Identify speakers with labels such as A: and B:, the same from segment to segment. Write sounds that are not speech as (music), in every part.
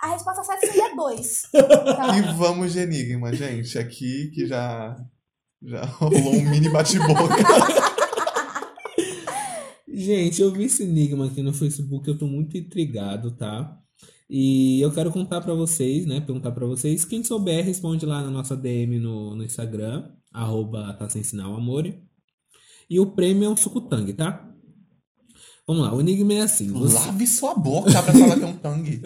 A: A resposta certa seria dois. Então,
B: (laughs) E vamos de enigma, gente. Aqui que já, já rolou um mini bate-boca.
C: Gente, eu vi esse enigma aqui no Facebook, eu tô muito intrigado, tá? E eu quero contar pra vocês, né? Perguntar pra vocês. Quem souber, responde lá na nossa DM no, no Instagram, arroba tá sem sinal amore. E o prêmio é um sucutangue, tá? Vamos lá, o enigma é assim. Você...
B: (laughs) Lave sua boca pra falar que é um tangue.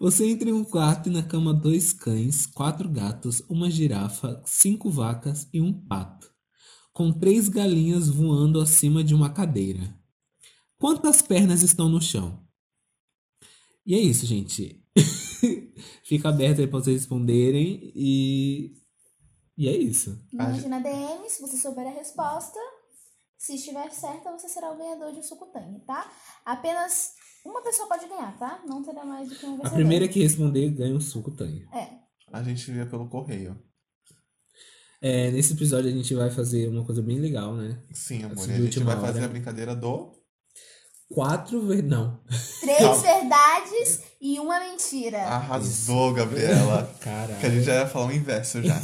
C: Você entra em um quarto e na cama dois cães, quatro gatos, uma girafa, cinco vacas e um pato, com três galinhas voando acima de uma cadeira. Quantas pernas estão no chão? E é isso, gente. (laughs) Fica aberto aí pra vocês responderem e. E é isso.
A: Mande na DM, se você souber a resposta. Se estiver certa, você será o ganhador de um sucutane, tá? Apenas uma pessoa pode ganhar, tá? Não terá mais do que um
C: A
A: vencedor.
C: primeira que responder ganha um suco tangue.
A: É.
B: A gente via pelo correio.
C: É, nesse episódio a gente vai fazer uma coisa bem legal, né?
B: Sim, amor.
C: Essa
B: e a gente
C: última
B: vai
C: hora.
B: fazer a brincadeira do.
C: Quatro ver... Não.
A: Três
B: Calma. Ah.
A: verdades e uma mentira.
B: Arrasou, Gabriela.
C: Caralho.
B: Que a gente já ia falar o inverso já.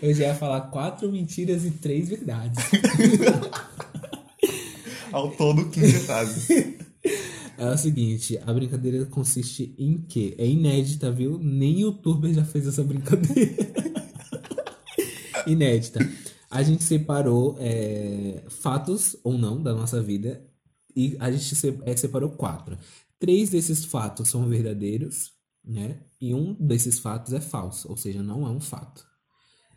C: Eu já ia falar quatro mentiras e três verdades.
B: Ao todo, 15 frases.
C: É o seguinte, a brincadeira consiste em quê? É inédita, viu? Nem youtuber já fez essa brincadeira. (laughs) inédita. A gente separou é, fatos ou não da nossa vida e a gente se- é, separou quatro. Três desses fatos são verdadeiros, né? E um desses fatos é falso, ou seja, não é um fato.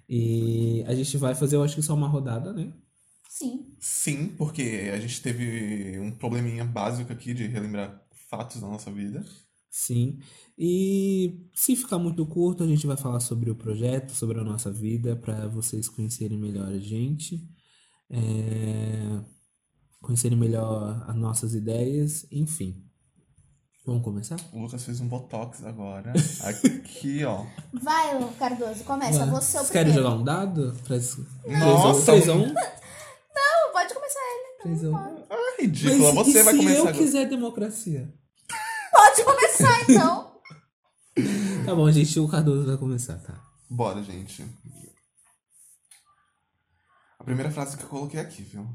C: E a gente vai fazer, eu acho que só uma rodada, né?
A: Sim.
B: Sim, porque a gente teve um probleminha básico aqui de relembrar fatos da nossa vida.
C: Sim. E se ficar muito curto, a gente vai falar sobre o projeto, sobre a nossa vida, para vocês conhecerem melhor a gente, é, conhecerem melhor as nossas ideias, enfim. Vamos começar?
B: O Lucas fez um botox agora. Aqui, ó.
A: Vai, Lu Cardoso, começa.
C: Vai.
A: Você é o
C: Vocês querem
A: primeiro.
C: jogar um dado? Três,
B: Nossa!
C: três a um?
A: Não, pode começar ele.
C: Três
B: (laughs)
C: a um?
B: Ah, ridícula.
C: Mas
B: Você
C: e
B: vai
C: se
B: começar
C: eu
B: agora.
C: quiser democracia?
A: Pode começar, então.
C: Tá bom, gente, o Cardoso vai começar, tá?
B: Bora, gente. A primeira frase que eu coloquei aqui, viu?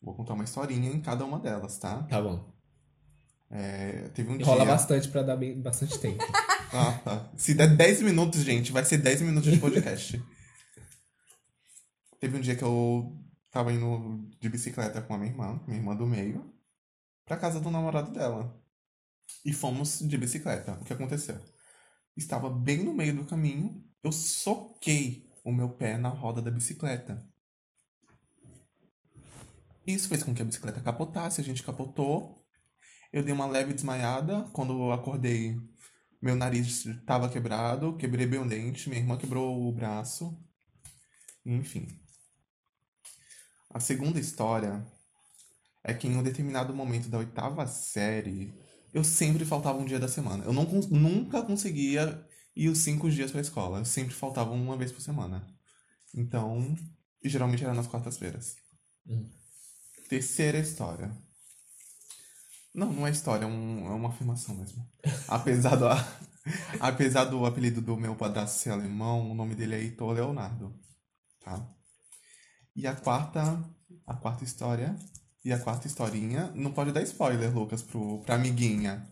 B: Vou contar uma historinha em cada uma delas, tá?
C: Tá bom.
B: É, teve um
C: Enrola
B: dia.
C: bastante para dar bem- bastante tempo.
B: Ah, tá. (laughs) Se der 10 minutos, gente, vai ser 10 minutos de podcast. Teve um dia que eu tava indo de bicicleta com a minha irmã, minha irmã do meio, pra casa do namorado dela. E fomos de bicicleta. O que aconteceu? Estava bem no meio do caminho, eu soquei o meu pé na roda da bicicleta. Isso fez com que a bicicleta capotasse, a gente capotou. Eu dei uma leve desmaiada. Quando eu acordei, meu nariz tava quebrado, quebrei meu dente, minha irmã quebrou o braço. Enfim. A segunda história é que em um determinado momento da oitava série, eu sempre faltava um dia da semana. Eu não, cons- nunca conseguia ir os cinco dias pra escola. Eu sempre faltava uma vez por semana. Então, e geralmente era nas quartas-feiras.
C: Hum.
B: Terceira história. Não, não é história, é, um- é uma afirmação mesmo. Apesar do, (laughs) apesar do apelido do meu padrasto ser alemão, o nome dele é Heitor Leonardo. Tá? E a quarta, a quarta história e a quarta historinha, não pode dar spoiler, Lucas, pro, pra amiguinha.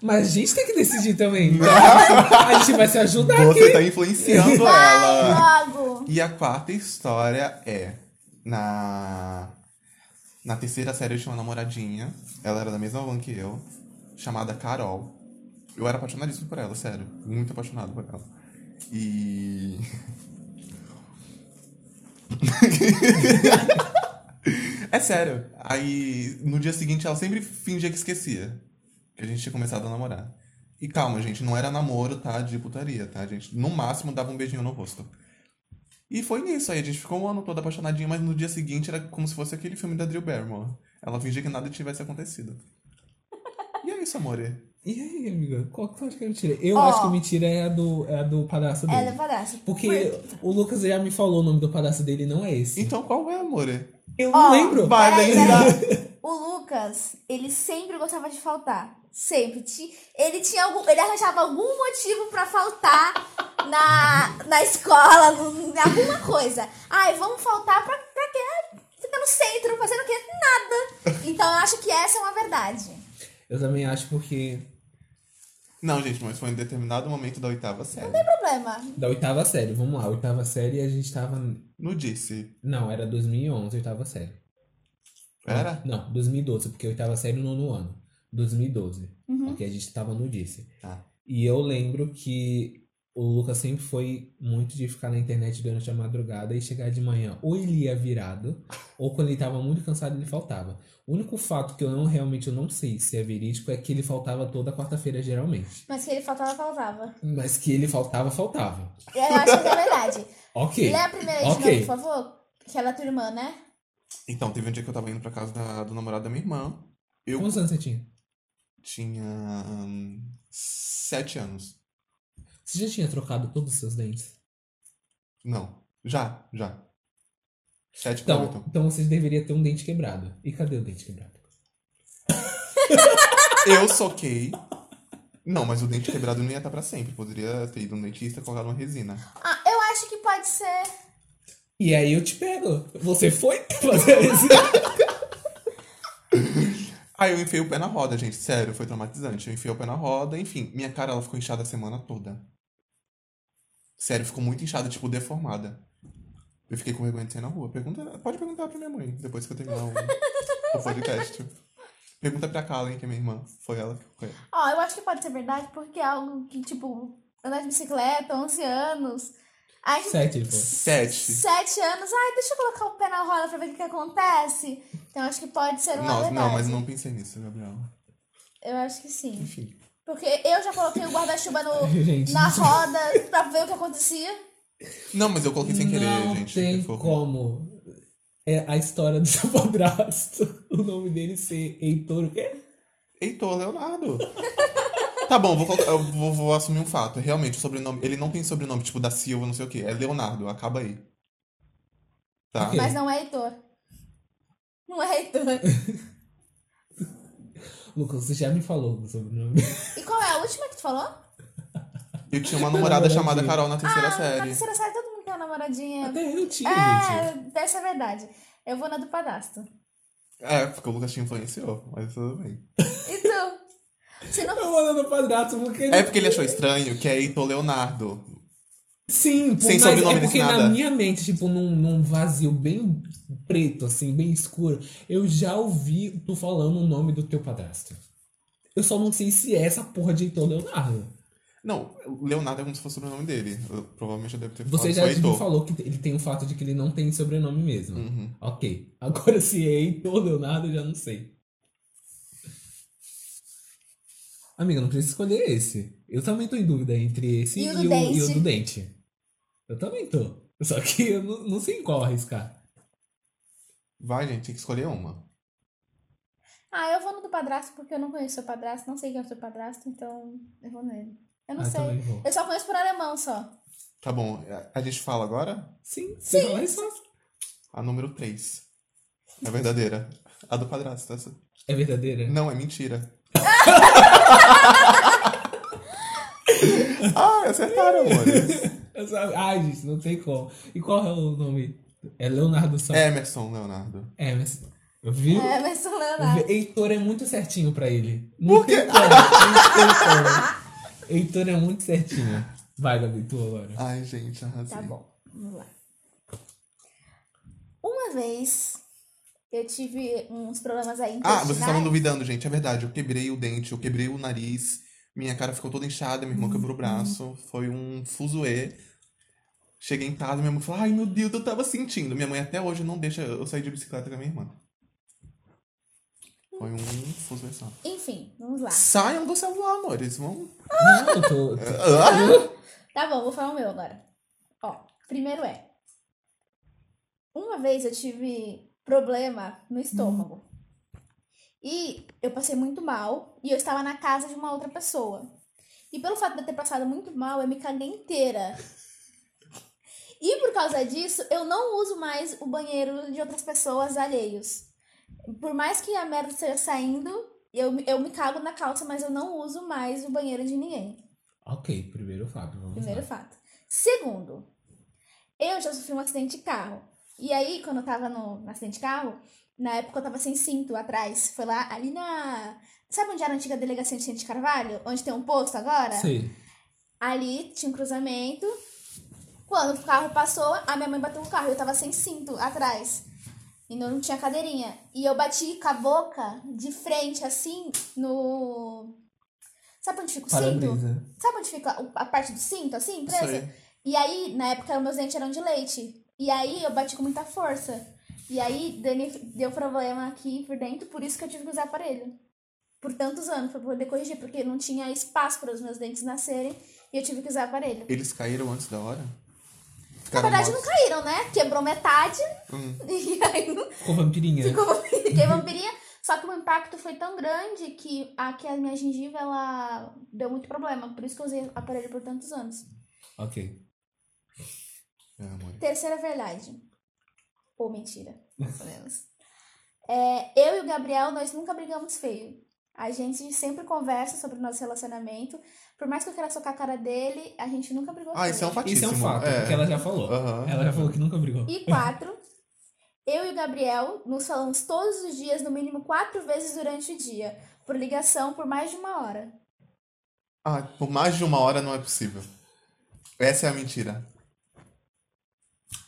C: Mas a gente tem que decidir também. A gente vai se ajudar aqui.
B: Você tá influenciando
A: (laughs)
B: ela.
A: Vai, logo.
B: E a quarta história é na na terceira série eu tinha uma namoradinha, ela era da mesma van que eu, chamada Carol. Eu era apaixonadíssimo por ela, sério, muito apaixonado por ela. E (laughs) É sério. Aí no dia seguinte ela sempre fingia que esquecia que a gente tinha começado a namorar. E calma, gente, não era namoro, tá? De putaria, tá, gente? No máximo dava um beijinho no rosto. E foi nisso aí, a gente ficou um ano todo apaixonadinho, mas no dia seguinte era como se fosse aquele filme da Drew Barrymore. Ela fingia que nada tivesse acontecido. E é isso, amore.
C: E aí, amiga, qual que tu acha que é mentira? Eu
A: Ó.
C: acho que mentira é a do, é a do padrasto dele.
A: Ela é palhaço.
C: Porque o Lucas já me falou o nome do padrasto dele, não é esse.
B: Então qual é, amore?
C: Eu
A: Ó,
C: não lembro.
B: Vai,
A: peraí,
B: lembra.
A: peraí. O Lu... Lucas, ele sempre gostava de faltar. Sempre. Ti- Ele tinha algum. Ele arranjava algum motivo pra faltar na, na escola, num- em alguma coisa. Ai, vamos faltar pra, pra quê? Ai, Fica no centro, fazendo o quê? Nada. Então eu acho que essa é uma verdade.
C: Eu também acho porque
B: Não, gente, mas foi em determinado momento da oitava série.
A: Não tem problema.
C: da oitava série, vamos lá, oitava série a gente tava
B: No disse.
C: não, era 2011, oitava série. Ah.
B: Era?
C: Não, 2012, porque oitava série no nono ano. 2012.
A: Uhum.
C: Porque a gente tava no Dice.
B: Tá.
C: E eu lembro que o Lucas sempre foi muito de ficar na internet durante a madrugada e chegar de manhã. Ou ele ia virado, ou quando ele tava muito cansado, ele faltava. O único fato que eu não realmente eu não sei se é verídico é que ele faltava toda quarta-feira, geralmente.
A: Mas que ele faltava, faltava.
C: Mas que ele faltava, faltava.
A: Eu acho que é verdade.
C: Ok.
A: Lê a primeira de novo,
C: Ok.
A: por favor. Que ela é tua irmã, né?
B: Então, teve um dia que eu tava indo pra casa da- do namorado da minha irmã. Eu
C: Quantos anos você tinha?
B: tinha. hum, sete anos.
C: Você já tinha trocado todos os seus dentes?
B: Não. Já, já. Sete pra
C: Então,
B: oito.
C: então você deveria ter um dente quebrado. E cadê o dente quebrado?
B: Eu soquei. Não, mas o dente quebrado não ia estar pra sempre. Poderia ter ido no dentista e colocado uma resina.
A: Ah, eu acho que pode ser.
C: E aí eu te pego. Você foi (laughs) fazer isso?
B: Aí eu enfiei o pé na roda, gente. Sério, foi traumatizante. Eu enfiei o pé na roda, enfim. Minha cara, ela ficou inchada a semana toda. Sério, ficou muito inchada, tipo, deformada. Eu fiquei com vergonha de sair na rua. Pergunta, pode perguntar pra minha mãe, depois que eu terminar o, o podcast. Pergunta pra Kalen, que é minha irmã. Foi ela que foi.
A: Ó, eu acho que pode ser verdade, porque é algo que, tipo, andar de bicicleta, 11 anos. Aí,
C: Sete, pô.
B: Sete.
A: 7 anos, ai, deixa eu colocar o pé na roda pra ver o que, que acontece. Então, acho que pode ser uma
B: Nossa,
A: verdade.
B: não, mas eu não pensei nisso, Gabriel.
A: Eu acho que sim.
B: Enfim.
A: Porque eu já coloquei o guarda-chuva no...
C: (laughs) Gente,
A: na roda pra ver o que acontecia.
B: Não, mas eu coloquei sem querer,
C: não
B: gente.
C: tem
B: Foi-
C: como. É a história do (laughs) seu padrasto. O nome dele ser Heitor É, o quê?
B: Heitor Leonardo. (laughs) tá bom, vou, colocar- eu vou, vou assumir um fato. Realmente, o sobrenome. Ele não tem sobrenome, tipo, da Silva, não sei o quê. É Leonardo, acaba aí. Tá?
C: Ok.
A: Mas não é Heitor. Não é Heitor.
C: Lucas, você já me falou sobre
B: (laughs)
C: o nome.
A: E qual é a última que tu falou?
B: Eu tinha uma namorada
C: Namoradinha.
B: chamada Carol na terceira
A: ah, na
B: série.
A: terceira série todo mundo tem uma namoradinha.
C: Até eu tinha, gente.
A: É, dessa é verdade. Eu vou na do padastro.
B: É, porque o Lucas te influenciou, mas tudo bem.
A: E tu? Se não
C: Eu tô falando do padrasto porque ele.
B: É porque ele achou estranho que é Heitor Leonardo.
C: Sim, pô,
B: Sem
C: mas
B: sobrenome
C: é porque
B: desse nada.
C: na minha mente, tipo, num, num vazio bem preto, assim, bem escuro, eu já ouvi tu falando o nome do teu padrasto. Eu só não sei se é essa porra de Heitor Leonardo.
B: Não, Leonardo é como se fosse o sobrenome dele. Eu- provavelmente eu devo ter
C: Você
B: falado
C: já
B: só
C: me
B: Heitor.
C: falou que ele tem o fato de que ele não tem sobrenome mesmo.
B: Uhum.
C: Ok. Agora se é Heitor Leonardo, eu já não sei. Amiga, não precisa escolher esse. Eu também tô em dúvida entre esse
A: E
C: e
A: o do
C: o, e o
A: dente.
C: do dente. Eu também tô. Só que eu não, não sei em qual arriscar.
B: Vai, gente, tem que escolher uma.
A: Ah, eu vou no do padrasto porque eu não conheço seu padrasto, não sei quem é o seu padrasto, então eu vou nele. Eu não
C: Ah,
A: sei.
C: também vou.
A: Eu só conheço por alemão só.
B: Tá bom, a- a gente fala agora?
C: Sim,
A: Sim.
C: sim. Falar isso.
B: A número 3. É verdadeira. A do padrasto, tá essa.
C: É verdadeira?
B: Não, é mentira. ah, acertaram, amores.
A: Hum.
C: Eu sabe- Ai, gente, não tem como. E qual é o nome? É Leonardo só.
B: Emerson, Leonardo.
C: é mas. Viu?
A: É, mas sou Leonardo.
C: Ve- Heitor é muito certinho pra ele. Por quê? Não tem como, não tem como. Heitor é muito certinho. Vai, Gabi, tu agora.
B: Ai, gente, arrasei.
A: Tá bom, vamos lá. Uma vez eu tive uns problemas aí
B: Ah,
A: intestinais.
B: vocês estavam duvidando, gente. É verdade, eu quebrei o dente, eu quebrei o nariz. Minha cara ficou toda inchada, minha irmã
A: Uhum.
B: quebrou o braço. Foi um fuzuê. Cheguei em casa, minha mãe falou, ai meu Deus, eu tava sentindo. Minha mãe até hoje não deixa eu sair de bicicleta com a minha irmã. Foi um fuzuê só.
A: Enfim, vamos lá.
B: Saiam do celular, amores. Vão...
A: Ah!
C: Não, eu tô. tô-
A: Tá bom, vou falar o meu agora. Ó, primeiro é. Uma vez eu tive problema no estômago. E eu passei muito mal. E eu estava na casa de uma outra pessoa. E pelo fato de eu ter passado muito mal, eu me caguei inteira. E por causa disso, eu não uso mais o banheiro de outras pessoas alheios. por mais que a merda esteja saindo, eu, eu me cago na calça, mas eu não uso mais o banheiro de ninguém.
C: Ok, primeiro fato. Vamos
A: Primeiro
C: lá.
A: fato. Segundo, eu já sofri um acidente de carro. E aí, quando eu tava no, no acidente de carro, na época eu tava sem cinto atrás. Foi lá ali na. Sabe onde era a antiga delegacia de Vicente Carvalho? Onde tem um posto agora?
C: Sei.
A: Ali tinha um cruzamento. Quando o carro passou, a minha mãe bateu o carro. Eu tava sem cinto atrás. E não não tinha cadeirinha. E eu bati com a boca de frente, assim, no. Sabe onde fica o cinto?
C: Para-brisa.
A: Sabe onde fica o- a parte do cinto, assim, presa?
B: Sei.
A: E aí, na época, meus dentes eram de leite. E aí, eu bati com muita força. E aí, Dani deu problema aqui por dentro, por isso que eu tive que usar aparelho. Por tantos anos, pra poder corrigir, porque não tinha espaço para os meus dentes nascerem. E eu tive que usar aparelho.
B: Eles caíram antes da hora?
A: Na
B: Ficaram
A: verdade, não
B: mortos?
A: caíram, né? Quebrou metade.
B: Hum.
A: (laughs)
B: É.
A: E aí, não
C: Ficou vampirinha.
A: Ficou vampirinha, fiquei vampirinha. Só que o impacto foi tão grande que a, que a minha gengiva, ela deu muito problema. Por isso que eu usei aparelho por tantos anos.
C: Ok.
B: É, amor.
A: Terceira verdade. Ou mentira, mais ou menos. É, eu e o Gabriel, nós nunca brigamos feio. A gente sempre conversa sobre o nosso relacionamento. Por mais que eu queira socar a cara dele, a gente nunca brigou
B: Ah,
A: feio.
B: isso é um
C: Isso
B: fatíssimo.
C: é um fato, porque ela já falou.
B: Aham.
C: Ela já falou que nunca brigou.
A: E quatro, eu e o Gabriel nos falamos todos os dias, no mínimo quatro vezes durante o dia. Por ligação, por mais de uma hora.
B: Ah, por mais de uma hora não é possível. Essa é a mentira.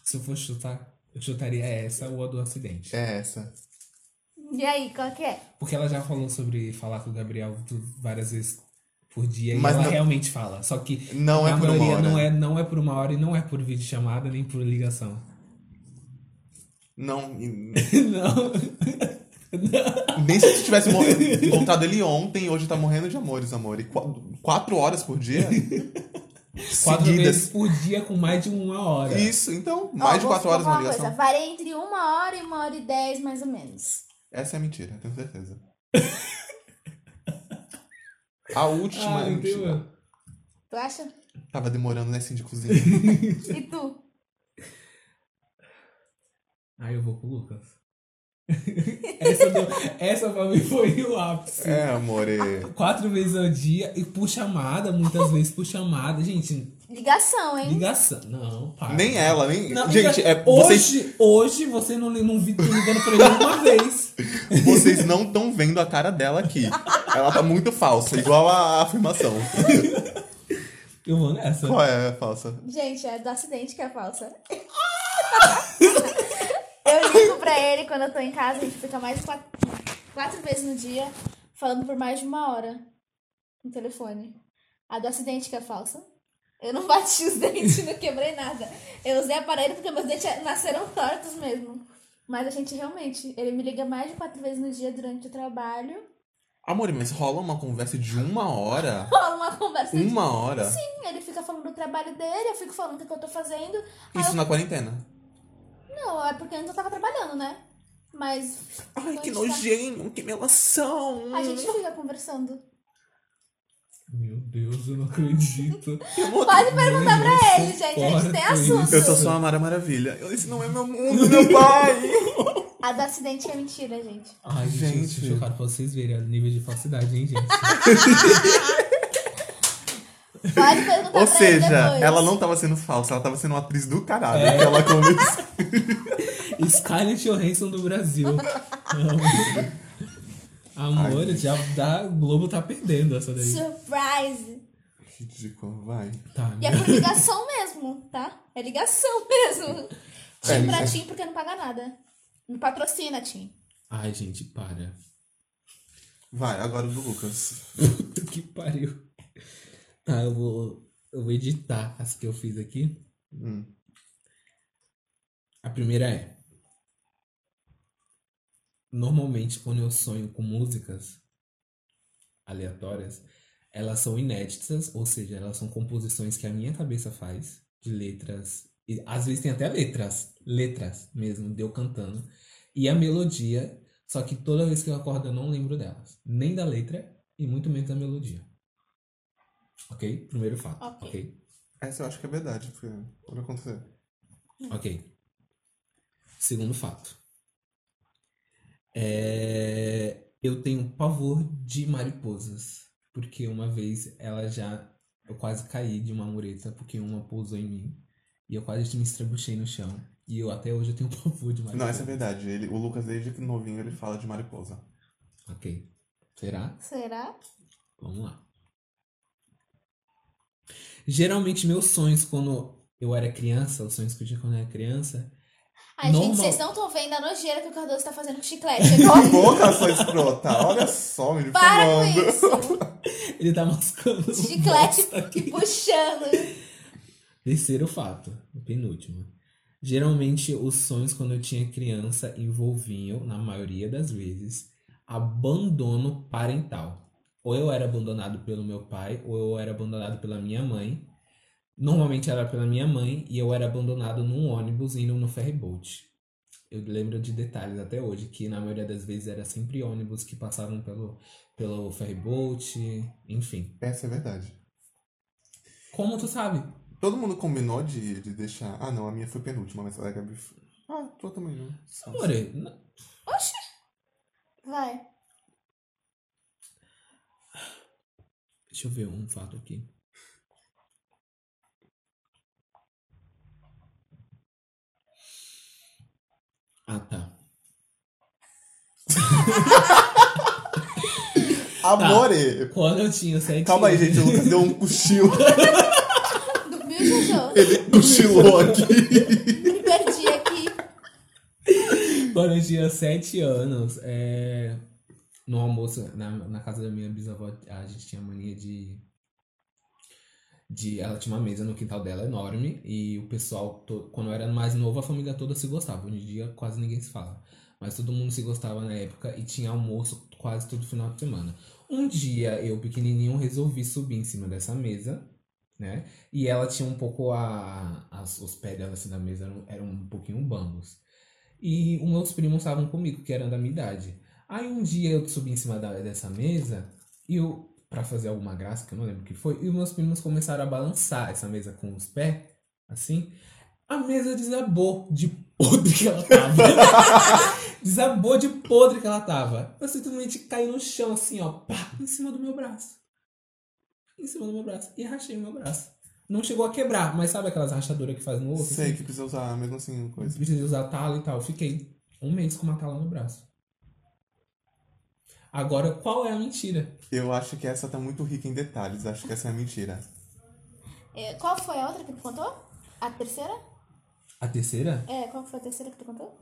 C: Se eu fosse chutar, eu chutaria essa ou a do acidente.
B: É essa.
A: E aí, qual que é?
C: Porque ela já falou sobre falar com o Gabriel tu- várias vezes por dia
B: Mas
C: e ela
B: não-
C: realmente fala. Só que
B: Não é
C: a
B: por uma
C: maioria
B: hora.
C: não é, não é por uma hora e não é por videochamada nem por ligação. (laughs)
B: Não, e-
C: não.
B: nem se tu tivesse (laughs) mor- encontrado ele ontem, hoje tá morrendo de amores, amor. E qu- quatro horas por (laughs) dia?
C: Quatro
B: seguidas.
C: vezes por dia com mais de uma hora.
B: Isso, então,
A: Ó,
B: mais de
A: vou
B: quatro horas
A: falar uma
B: uma ligação.
A: coisa. Varia entre uma hora e uma hora e dez, mais ou menos.
B: Essa é mentira, tenho (laughs) certeza. A última
C: Ah,
B: é mentira.
C: entendeu?
A: Tu acha?
B: Tava demorando, né, Cindy Cozinha?
A: E tu?
C: Aí Ah, eu vou com o Lucas. (laughs) essa, do, essa pra mim foi o ápice.
B: é, amor. e-
C: Quatro vezes ao dia e por chamada, muitas vezes por chamada. Gente,
A: Ligação, hein?
C: ligação. Não, para.
B: Nem ela, nem.
C: Não,
B: Gente,
C: liga-
B: é, vocês,
C: hoje, hoje você não, li- não vi tu ligando pra ele uma vez.
B: vocês não estão vendo a cara dela aqui. Ela tá muito falsa, igual a, a afirmação.
C: Eu vou nessa.
B: Qual é a falsa?
A: Gente, é do acidente que é falsa. (laughs) eu ligo pra ele quando eu tô em casa, a gente fica mais de quatro, quatro vezes no dia, falando por mais de uma hora no telefone. A do acidente que é falsa. Eu não bati os (laughs) dentes, não quebrei nada. Eu usei aparelho porque meus dentes nasceram tortos mesmo. Mas a gente realmente, ele me liga mais de quatro vezes no dia durante o trabalho.
B: Amor, mas rola uma conversa de uma hora?
A: Rola uma conversa de
B: Uma hora?
A: Sim, ele fica falando do trabalho dele, eu fico falando o que que eu tô fazendo. Aí eu
B: Isso na quarentena.
A: Não, é porque antes eu tava trabalhando, né? Mas.
B: Ai, que
A: quando a gente
B: nojinho, que melação.
A: tá- A gente fica conversando.
C: Meu Deus, eu não acredito.
B: Que amor-
A: Pode perguntar pra ele, gente. A gente tem
C: Porra, que
A: assunto.
C: isso.
B: Eu sou só a Mara Maravilha. Eu- Esse não é meu mundo, meu pai.
A: A do acidente é mentira, gente.
C: Ai, gente, eu
B: Gente.
C: tô chocado pra vocês verem o nível de falsidade, hein, gente.
A: Pode perguntar pra
B: Ou seja,
A: ele depois.
B: ela não tava sendo falsa, ela tava sendo uma atriz do caralho. Que ela conversou.
C: Scarlett Johansson do Brasil.
B: (laughs)
C: Amor, já dá, Globo tá perdendo essa daí.
A: Surprise!
B: Ridículo, vai.
C: Tá,
A: E é por ligação mesmo, tá? É ligação (laughs) mesmo. Tim
B: É,
A: pra
B: é.
A: Tim, porque não paga nada. Não patrocina, Tim.
C: Ai, gente, para.
B: Vai, agora o do Lucas.
C: Puta que pariu. Tá, eu vou, eu vou editar as que eu fiz aqui.
B: Hum.
C: A primeira é. Normalmente, quando eu sonho com músicas aleatórias, elas são inéditas, ou seja, elas são composições que a minha cabeça faz, de letras. E às vezes tem até letras, letras mesmo, de eu cantando. E a melodia, só que toda vez que eu acordo eu não lembro delas. Nem da letra e muito menos da melodia. Ok? Primeiro fato.
A: Ok.
C: ok?
B: Essa eu acho que é verdade, porque pode acontecer.
C: Ok. Segundo fato. É, eu tenho pavor de mariposas, porque uma vez ela já. Eu quase caí de uma mureta, porque uma pousou em mim. E eu quase me estrabuchei no chão. E eu até hoje eu tenho (laughs) pavor de mariposas.
B: Não, essa é verdade. Ele, o Lucas, desde novinho, ele fala de mariposa.
C: Ok. Será?
A: Será?
C: Vamos lá. Geralmente, meus sonhos quando eu era criança, os sonhos que eu tinha quando eu era criança, (laughs)
A: Ai,
C: Normal-
A: gente, vocês não estão vendo a nojeira que o Cardoso tá fazendo com chiclete agora?
B: Boca sua escrota, olha só, me
A: Para com
B: difamando.
A: isso!
C: ele tá mascando. um bosta
A: Chiclete
C: aqui.
A: e puxando.
C: Terceiro fato, o penúltimo. Geralmente, os sonhos quando eu tinha criança envolviam, na maioria das vezes, abandono parental. Ou eu era abandonado pelo meu pai, ou eu era abandonado pela minha mãe. Normalmente era pela minha mãe, e eu era abandonado num ônibus indo no ferryboat. Eu lembro de detalhes até hoje, que na maioria das vezes era sempre ônibus que passavam pelo, pelo ferryboat, enfim.
B: Essa é verdade.
C: Como tu sabe?
B: Todo mundo combinou de, de deixar. Ah, não, a minha foi penúltima, mas é a da Gabi. foi- Ah, tua também não.
C: Amore, n-
A: Oxi! Vai.
C: Deixa eu ver um fato aqui. Ah, tá.
B: Amore!
C: Quando eu tinha sete
B: Calma aí,
C: anos-
B: gente, o Lucas deu um cochilo. (laughs)
A: Dormiu, Jojo?
B: Ele cochilou aqui.
A: Me perdi aqui.
C: Quando eu tinha sete anos, é, no almoço, na, na casa da minha bisavó, a gente tinha mania de, de. Ela tinha uma mesa no quintal dela enorme e o pessoal, to- quando eu era mais novo, a família toda se gostava. Hoje em dia quase ninguém se fala. Mas todo mundo se gostava na época e tinha almoço quase todo final de semana. Um dia eu, pequenininho, resolvi subir em cima dessa mesa, né? E ela tinha um pouco a. as- os pés dela assim da mesa eram, eram um pouquinho bambos. E os meus primos estavam comigo, que eram da minha idade. Aí um dia eu subi em cima da- dessa mesa e eu, pra fazer alguma graça, que eu não lembro o que foi, e os meus primos começaram a balançar essa mesa com os pés, assim. A mesa desabou de podre que ela tava. (laughs) desabou de podre que ela tava. Eu simplesmente caí no chão, assim, ó, pá, em cima do meu braço. Em cima do meu braço. E rachei o meu braço. Não chegou a quebrar, mas sabe aquelas rachaduras que faz no osso? assim?
B: Sei que precisa usar mesmo assim coisa.
C: Precisei usar tala e tal. Fiquei um mês com uma tala no braço. Agora, qual é a mentira?
B: Eu acho que essa tá muito rica em detalhes, acho que essa é a mentira.
A: É, Qual foi a outra que tu contou? A terceira?
C: A terceira?
A: É, qual foi a terceira que tu contou?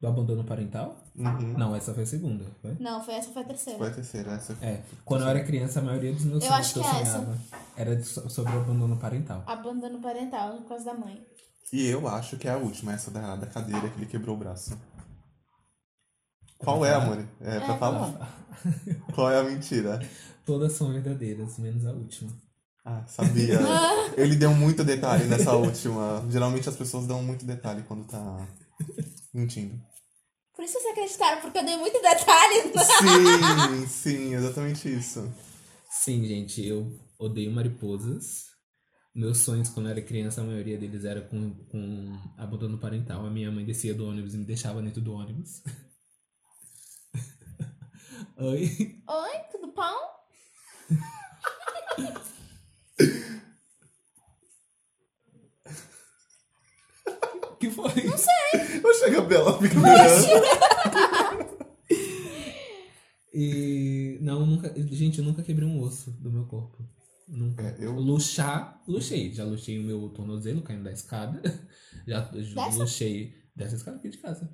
C: Do abandono parental?
B: Uhum.
C: Não, essa foi a segunda. Foi?
A: Não, foi essa foi a terceira.
B: Foi a terceira, essa
C: É. Quando eu era criança, a maioria dos meus
A: Eu
C: sonhos
A: acho
C: que eu
A: que é essa.
C: sonhava era de so- sobre abandono parental.
A: Abandono parental por causa da mãe.
B: E eu acho que é a última, essa da, da cadeira que ele quebrou o braço. Qual é, amor? É pra (laughs)
A: É,
B: falar. Qual é a mentira?
C: Todas são verdadeiras, menos a última.
B: Ah, sabia. Ele deu muito detalhe nessa última. Geralmente as pessoas dão muito detalhe quando tá mentindo.
A: Por isso vocês acreditaram, porque eu dei muito detalhe.
B: Sim, sim, exatamente isso.
C: Sim, gente, eu odeio mariposas. Meus sonhos quando eu era criança, a maioria deles era com, com abandono parental. A minha mãe descia do ônibus e me deixava dentro do ônibus. (laughs) Oi?
A: Oi, tudo bom?
C: Que foi?
B: Eu chego a Bela fica me olhando.
C: E não, nunca, gente, eu nunca quebrei um osso do meu corpo. Nunca.
B: É, eu-
C: Luxar, luxei. Já luxei o meu tornozelo caindo da escada. (laughs) Já
A: Dessa?
C: luxei dessa escada aqui de casa.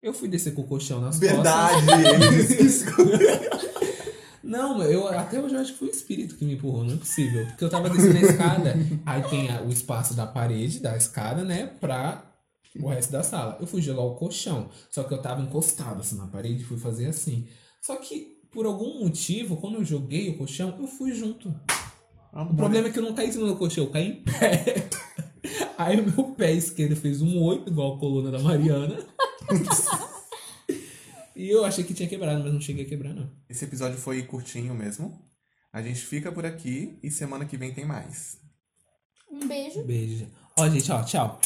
C: Eu fui descer com o colchão nas costas.
B: Verdade, ele disse que escuta.
C: (laughs) Não, mas eu até hoje eu acho que foi o espírito que me empurrou, não é possível. Porque eu tava descendo a escada, aí tem a- o espaço da parede, da escada, né, pra o resto da sala. Eu fui jogar o colchão, só que eu tava encostado assim na parede, fui fazer assim. Só que, por algum motivo, quando eu joguei o colchão, eu fui junto. O problema é que eu não caí em cima do colchão, eu caí em pé. (laughs) Aí o meu pé esquerdo fez um oito, igual a coluna da Mariana. E eu achei que tinha quebrado, mas não cheguei a quebrar, não.
B: Esse episódio foi curtinho mesmo. A gente fica por aqui e semana que vem tem mais.
A: Um beijo.
C: Beijo. Ó, gente, ó, tchau.